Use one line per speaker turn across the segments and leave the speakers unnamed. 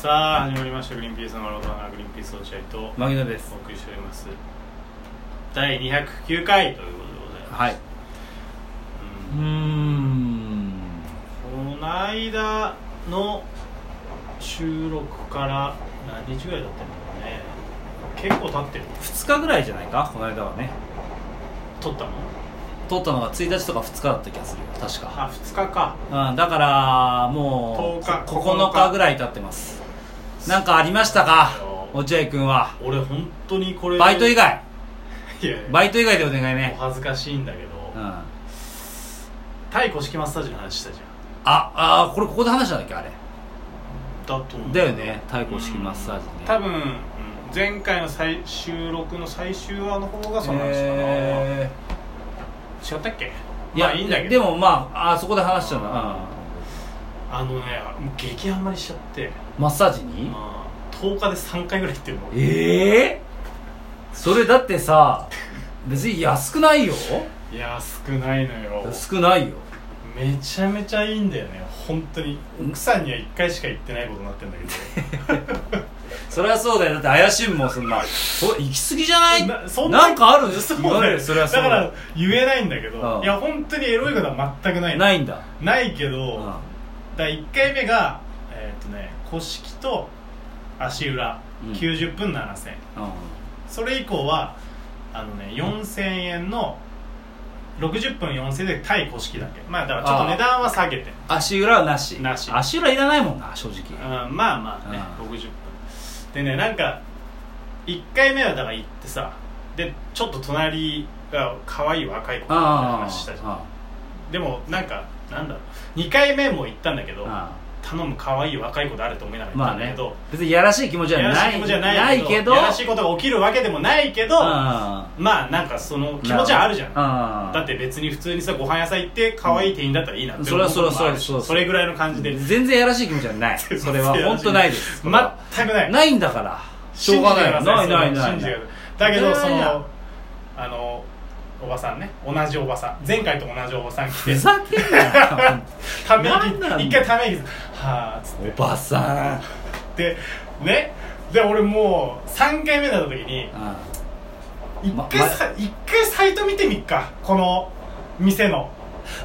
さあ始まりました「グリーンピースの丸太なグリーンピース落合」と
牧野です
お送りしております第209回ということでございます、
はいーん
うん、この間の収録から何日ぐらい経ってるのかね結構経ってる
2日ぐらいじゃないかこの間はね
撮ったの
撮ったのが1日とか2日だった気がするよ確か、
あ2日か
うん、だからもう
10日
こ
9
9日ぐらい経ってますなんかありましたか落合君は
俺本当にこれ
バイト以外
いやいや
バイト以外でお願い
お
ね
恥ずかしいんだけど、
うんあ
タイ古式マッサージの話したじゃん
あーこれここで話したんだっけあれ
だと思う
だよね太鼓式マッサージね
多分うん前回の最収録の最終話の方がその話かな、
え
違ったっけ
ーいや、
まあいいんだけど
でもまああそこで話したんだな、
あのねもう激ハマりしちゃって、
うん、マッサージに
まあ、10日で3回ぐらい行ってるの
ええそれだってさ別に安くないよ
いや少ないのよ
安くないよ
めちゃめちゃいいんだよね本当に奥さんには1回しか行ってないことになってんだ け
そりゃそうだよだって怪しいもんそんなそ行き過ぎじゃない
ど
な
そ
んかあるんで
そ
す
う
言わ
だ
れ
よ
るそれはそう
だから言えないんだけど、
うん
いや本当にエロいことは全くないの
ないんだ、
ないけ
う
ど、
ん、
だ
あ
から1回目がえーっとね古式と足裏、
うん
90分7000円それ以降はあのね4000円の60分4000円で対古式だけまあだからちょっと値段は下げて
足裏はなし
なし
足裏いらないもんな正直
うんまあまあね
う
60分でねなんか1回目はだから行ってさでちょっと隣が可愛い若い子みたいな
あ
話したじゃ
あ
んでもなんかなんだろう2回目も行ったんだけど
あ
頼む可愛い若い子誰と思いながら行っ
ま
た
あ
んだけ
ね
ど、
別にやらしい気持ちは
やらし
ない
気
い
持ちはない
けど
やらしいことが起きるわけでもないけど
あ
まあなんかその
あ
気持ちはあるじゃん
ああ
だって別に普通にさご飯屋さん行って可愛い店員だったらいいなって
それはそれは
思うこともあるし
それはそう
それぐらいの感じで
全然やらしい気持ちは ないそれは本当ないです
全くない
ないんだからしょうがないないないない
信じ
な
て
い
くださいそれは信じてくださいだけどそ
いやいや
のあのおばさんね同じおばさん前回と同じおばさん来
ふ
て
ざけんなよ
ため息
なんなん
一回ため息つはあつっ
おばさん
てねで俺もう3回目だった時に
あ
一
ま
回さ一回サイト見てみっかこの店の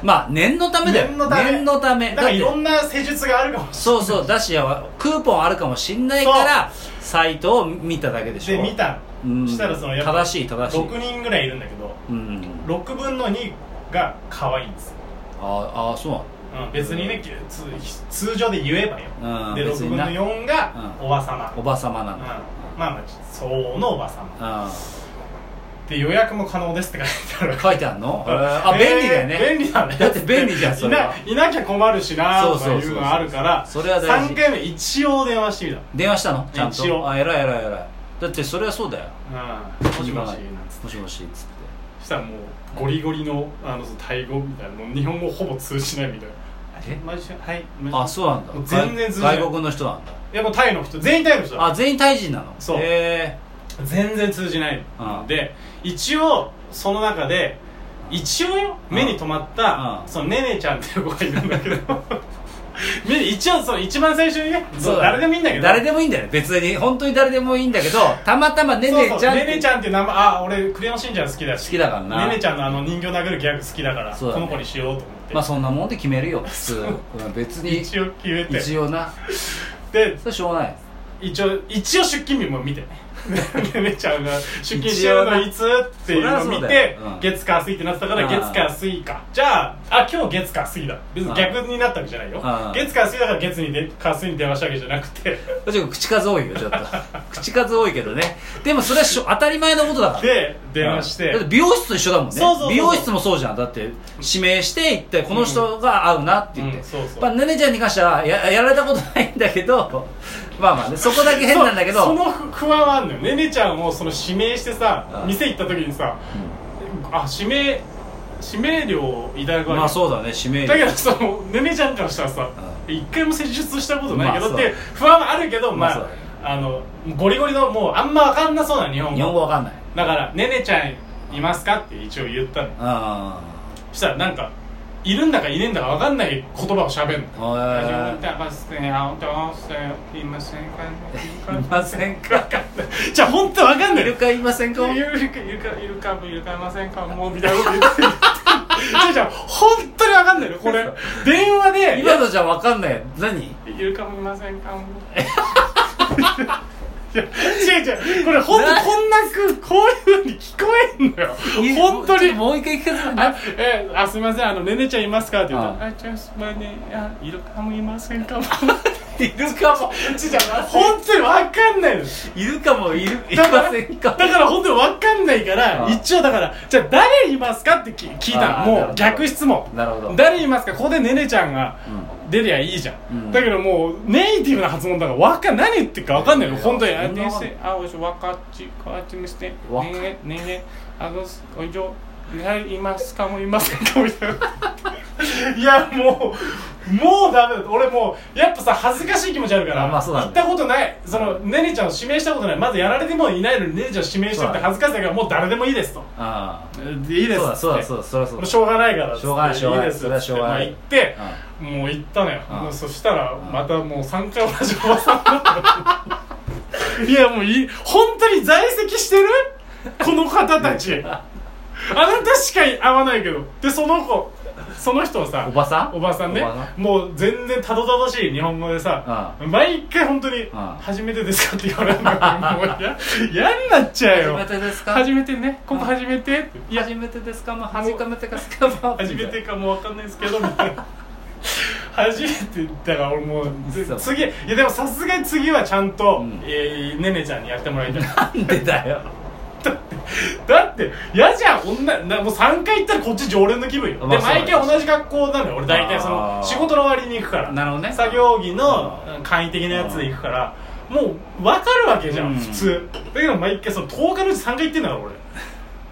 あまあ念のためだよ
念のため
のため
だか
だっ
ら
て
いろんな施術があるかもし
そうそうだしやクーポンあるかもしんないからサイトを見ただけでし
れ
ょ
ないで見た
うん
のしたらそのやっぱ
正しい正しい
6人ぐらいいるんだけど
うん
6分の2が可愛いんですよ、
ああそうなの
うん、別にねつ通常で言えばよ、
うん
で
別
6
に
分
な
の4が
う
おばさま、
おばさまな
うん、
の
まあまあ相応のおばさま
あ
で予約も可能ですって書いてあ
あ
る
書いてあんのあ便利だよ
えー
ね
便利だね
だって便利じゃんそれはい
ないなきゃ困るしな
そう
と
そう
か
そう
いうのがあるから
それは大事
3回目一応電話してみた
電話したのちゃん
一応
とあ偉い偉い偉いだってそれはそうだよ
うん、もしもしなんつって
もしもしっつって
そしたらもうゴリゴリのあのタイ語みたいなもう日本語ほぼ通じないみたいな
え
毎週はい
あそうなんだ
もう全然通じない
外外国の人なんだ
いやもうタイの人全員タイの人だ
あ全員タイ人なの
そう
へ
全然通じないの
うん
で一応その中で一応よ
うん
目に留まった
うん
そのねねちゃんっていう子がいるんだけど 目に一応その一番最初にね
え
そう誰でもいいんだけど
誰でもいいんだよ別に本当に誰でもいいんだ けどたまたまねね
そう
ち
そ
ゃ
うんねねちゃんっていう名前あ俺クレヨンしんちゃん好きだし
好きだからな
ねねちゃんのあの人形殴るギャグ好きだから
そうだ
こ
ね
の子にしようと思って、
まあそんなもんで決めるよ普通うん別に
一応決めて
一応な
で
それしょうがない
一応一応出勤日も見て ねねねちゃんが出勤してるのいつっていうのを見
そりゃそうだ
て
よ、うん
月火水ってなってたから
うん
月火水かじゃああ今日月火水だ別に逆になったわけじゃないよ
うん
月火水だから月にで火水に電話したわけじゃなくて
ちょっと口数多いよちょっと 口数多いけどねでもそれはしょ当たり前のことだから
で電話し
だってて美容室と一緒だもんね
そうそうそうそう
美容室もそうじゃんだって指名して行ってこの人が合うなって言っ
う
て、
んうんそうそう
まあ、ねねちゃんに関してはややられたことないんだけど まあまあねそこだけ変なんだけど
そその不安はあんのよねねちゃんをその指名してさ、
うん
店行った時にさ、あ指名指名料いただくわけ
まあそうだね指名
だけどそのねねちゃんからしたらさ
う
一回も施術したことないけど
まあ
っていう不安はあるけど
ま
ま
あそう
ああのゴリゴリのもうあんま分かんなそうな日本
日本
語
語わかんない
だから「ねねちゃんいますか?」って一応言ったの
あ
そしたらなんかいるんだかいねえんだか分かんない言葉をしゃべるの始まっ
い
たバスで青と青さいませんか
ませんか
じゃあ本当わかんないい
るかいませんか
いるかいるかいるかもいるかいませんかもうみたいなこと言ってるじゃあじゃあ本当にわかんないのこれ電話で
今のじゃわかんない何
いるかもいません かも違う違うこれ本当
な
こんなくこういうふうに聞こえんのよ本当
ちょっ
に
ともう一回聞かせて
あえあすみませんあのねねちゃんいますかって言ったら
あ
あちょっと待ってあいるかもいませんかも
いるかも
ちじゃ 本当にわかんないの
いるかもいるい
だか
ま
ら
せんか
だから本当にわかんないから
あ
一応だからじゃあ誰いますかってき聞いたの
あなる
も
ほ
う
ど
逆質問
なるほど
誰いますかここでねねちゃんが
う
出りゃいいじゃん、
うん
だけどもうネイティブな発音だからわかん何言ってるかわかんないの、
いや
本当に
そんなことない
あおいしわかっちこっち見せてね
わか
えねえねえねえあのおいしょいますかもいませんかみたいないやもうもうダメだ俺もうやっぱさ恥ずかしい気持ちあるから、
あまあそうなん
行っ
だ
たことないそのねねちゃんを指名したことないまずやられてもいないのにねねちゃんを指名したって恥ずかしいからもう誰でもいいですと
あ
でいい
あ
です
そう
っ
だ
て
そうだそうだそりゃそうだ
しょうがないからっつって
しょうがないしょうがない
いです
それはしょうがない
って言って
う
もう行ったのよ
うん
もうそしたらまたもう3回同じおばさんだったのいやもうい本当に在籍してるこの方たちあなたしか会わないけどでその子その人はさ
おばさん
おばさんね
おばさ
もう全然たどたどしい日本語でさ毎回本当に
ん
「初めてですか?」って言われるのよもうや嫌になっちゃう
初
よ
めてですか
初めてねここ初めてっていや
初めてですかもう初めてですかもう
初めてかもわかんないですけどみたいな初めてだから俺もうつ
そう
次いやでもさすがに次はちゃんと、
うん
えーねねちゃんにやってもらいたいだ
なんでだよ
ってだって嫌じゃん女なもう3回行ったらこっち常連の気分よ、
まあ
で
そうだね
毎回同じ格好なのよ俺大体そ
あ
の
ー
仕事の終わりに行くから
なるほどね
作業着の
あ
簡易的なやつで行くからもう分かるわけじゃん、
うん
普通だけど毎回その10日のうち3回行ってんだから俺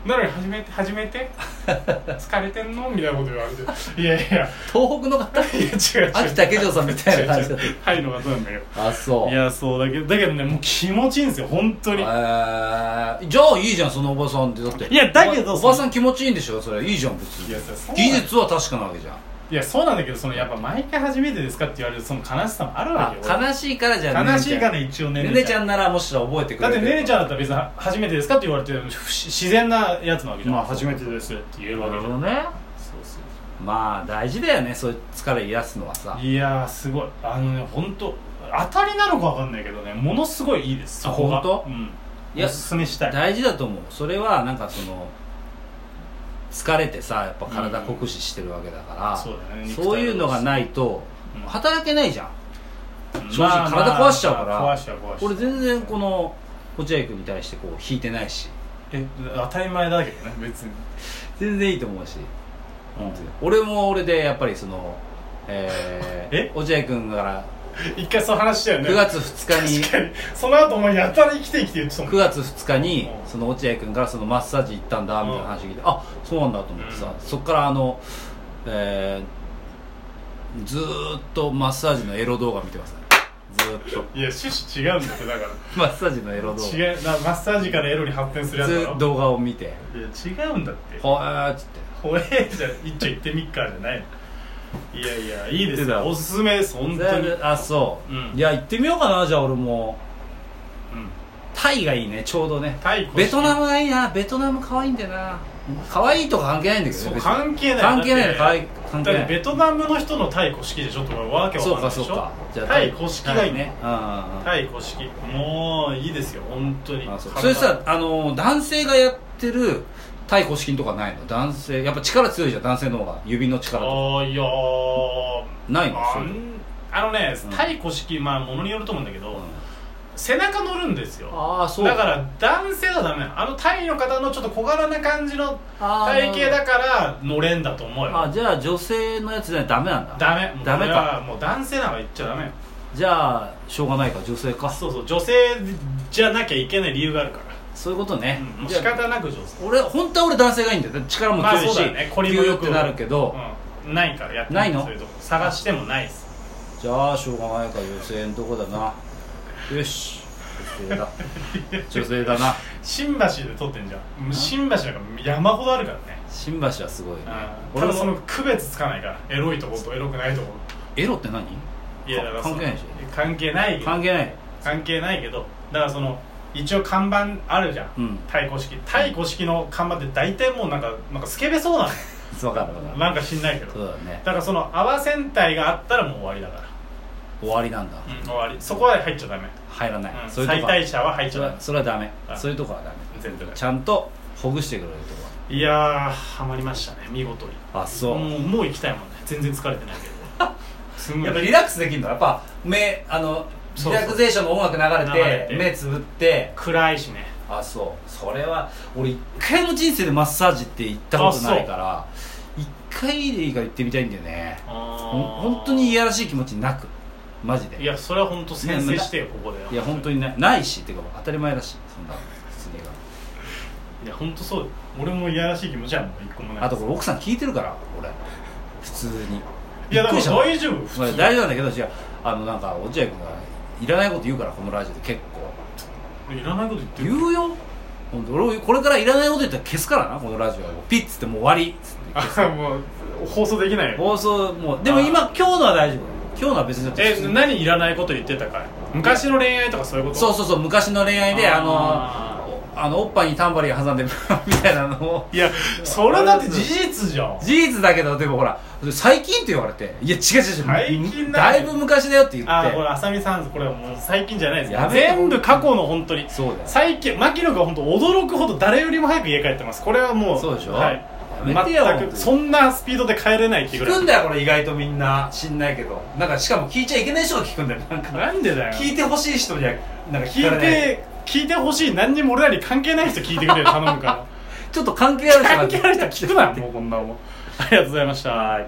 なのに初めて初めて疲れてんのみたいなこと言われていやいや
東北の方
いや違う違う
秋竹城さんみたいな感じだっ
入るのがそうなんだけど
たあそう
いやそうだけどだけどねもう気持ちいいんですよ本当に
えーじゃあいいじゃんそのおばさんってだって
いやだけど
おばおばさん気持ちいいんでしょそれいいじゃん別に
いやそう
技術は確かなわけじゃん
いやそうなんだけどそのやっぱ毎回初めてですかって言われるその悲しさもあるわ
あ
けよ
悲しいからじゃあ
悲しいから
ね
一応ね
ね
ね
ねちゃんならもしろ覚えてく
だ
れ
ってて
る
ねねちゃんだったら別に初めてですかって言われて不自自然なやつなわけじゃん、
まあ
初めてですって言えるわけ
なる
じ
ほ
ゃん
どね
そうそ
まあ大事だよねそういう疲れ癒やすのはさ
ういやーすごいあのね本当当たりなのかわかんないけどねものすごいいいですそこが
あ本当
うん
いや
おすすめしたい
大事だと思うそれはなんかその疲れてさやっぱ体酷使してるわけだから、
そうだね
そういうのがないと
うん
働けないじゃん、正直
まあまあ
体壊しちゃうから
壊しちゃう壊しちゃう
俺全然この落合君に対してこう引いてないし
え当たり前だけどね別に
全然いいと思うし、俺も俺でやっぱりそのえー、
え
落合君から
一回そう話したよね
9月2日に
確かにその後もうやたら生きて生きて言ってたもん
9月2日に
うん
その落合君からそのマッサージ行ったんだみたいな話聞いて、あそうなんだと思ってさ、
うん
そっからあの、えー、ずーっとマッサージのエロ動画見てますねずーっ と
いや趣旨違うんだってだか
マッサージのエロ動画
ら違うなマッサージからエロに発展するやつ
ず
だ
ーっ
ろ
と動画を見て
いや違うんだって
「ほーっつって
怖えじゃん一丁行ってみっかじゃないのいやいやいいです
言って
よ
た
おすすめです本当に、うん、
あそう、
うん
いや行ってみようかなじゃあ俺もタイがいいねちょうどね
タイコ
ベトナムがいいなベトナム可愛いんだよな可愛いとか関係ないんだけどね
そう
別に
関係ない
関係ないの可
だっ
愛い
て
関係
だ
な
って
い
ベトナムの人のタイ古式でちょっとわけわか
そ
ん
う
ない
か
でし
そう
ょ
かじゃあ
タイ古式がいいね
ねうんうんうん
タイ古式もういいですよ本当に
あそう
体
それさあの男性がやってるタイ古式とかないの男性やっぱ力強いじゃん男性の方が指の力と
あーいやー
ないの
あ
そういうん
あのね
うん
太古式まあものによると思うんだけど、
か、うん
背中乗るんですよ
ああそう
だから男性はダメなのあのタイの方のちょっと小柄な感じの
あー
体型だから乗れんだと思う
あ
よ
じゃあ女性のやつじゃダメなんだ
ダメもう
ダメ
これは
か
もう男性なんか言っちゃダメよ
じゃあしょうがないか女性か
そうそう女性じゃなきゃいけない理由があるか
そういうこと
ら、
ね
うん、もう
じゃ
仕
あ
方なく女性
俺本当は俺男性がいいんだよだって力も
まあ
強い
そう
し、
だよね凝りもよく
ってなるけど、
うんないからやって
ないの
そういうとこ探してもないです
じゃあしょうがないか女性のとこだなよし女性 だ女性だな
新橋で撮ってんじゃん新橋なんか山ほどあるからね
新橋はすごい
う
ね
んた
俺
だその
も
区別つかないからエロいとことエロくないとこ
エロって何
いやだからその
関係ないし
関係ないけど
関係ない
関係ないけどだからその一応看板あるじゃん、
うん
太鼓式太鼓式の看板って大体もうなんかなんかスケベそうな
分かる分か
の
る
なんか知んないけど
そう
だ
だね
からその泡戦隊があったらもう終わりだか
終わりなんだ
ら、うん、終わりそこは入っちゃダメ、
入らない、
うん、
そういう
最
とこは
大者は入っち
そ
ゃダ
れはそれはダメ
あ
そういうとこはダメ
メ全部だ
ちゃんとほぐしてくれるとこ
いやーハマりましたね見事に
はあそう、
もうもう行きたいもんね全然疲れてないけど すんご
やっぱ
い
リラックスできるのやっぱ目あのリ
そうそう
ラクゼーションの音楽流れて
流れて
目つぶって
暗いしね
あそうそれは俺一回も人生でマッサージって行ったことないから一回でいいから行ってみたいんだよねほん本
本
当にい
いや
やらしい気持ちなくマジで
いやそれは本当先生してよここで
いや本当
に
にないないしっていうか当たり前だしそんなの普通に
いや本当そうよ俺もいやらしい気持ちはもう一個もない
あとこれ奥さん聞いてるから俺普通に
いやだ
びっく
か
り
ら大
した
丈夫普
まあ
通
大丈夫なんだけど違うあのなんか落合君がいらないこと言うからこのラジオで結構
いらないこと言ってる
言うよ本当俺これからいらないこと言ったら消すからなこのラジオピッつってもう終わりっつって
あもう放送できないよ
放送もうでも今今日のは大丈夫今日のは別にだって
え何いらないこと言ってたかい昔の恋愛とかそういうこと
そうそうそう昔の恋愛であの
あ
おあのおっぱいにタンバリン挟んで みたいなのを
いやそれだって事実じゃん
事実だけどでもほら最近って言われていや違う違う違う
最近なん
だ
て
いぶ昔だよって言って
あこれ浅見さんこれはもう最近じゃないです
やめて
全部過去の本当に
そうだよ
最近牧野が本当驚くほど誰よりも早く家帰ってますこれはもう
そうでしょ
はい
やめてよ
全くそんなスピードで帰れないって
聞
ぐら
く
い
んだよこれ意外とみんな知んないけどなんかしかも聞いちゃいけない人が聞くんだよなんか
なんでだよ
聞いてほしい人にはなんか
聞
聞か
い
れない
て聞いてほしい何にも俺らに関係ない人聞いてくれる頼むから
ちょっと関係ある人が
関係ある人は聞くなもうこんなもんありがとうございました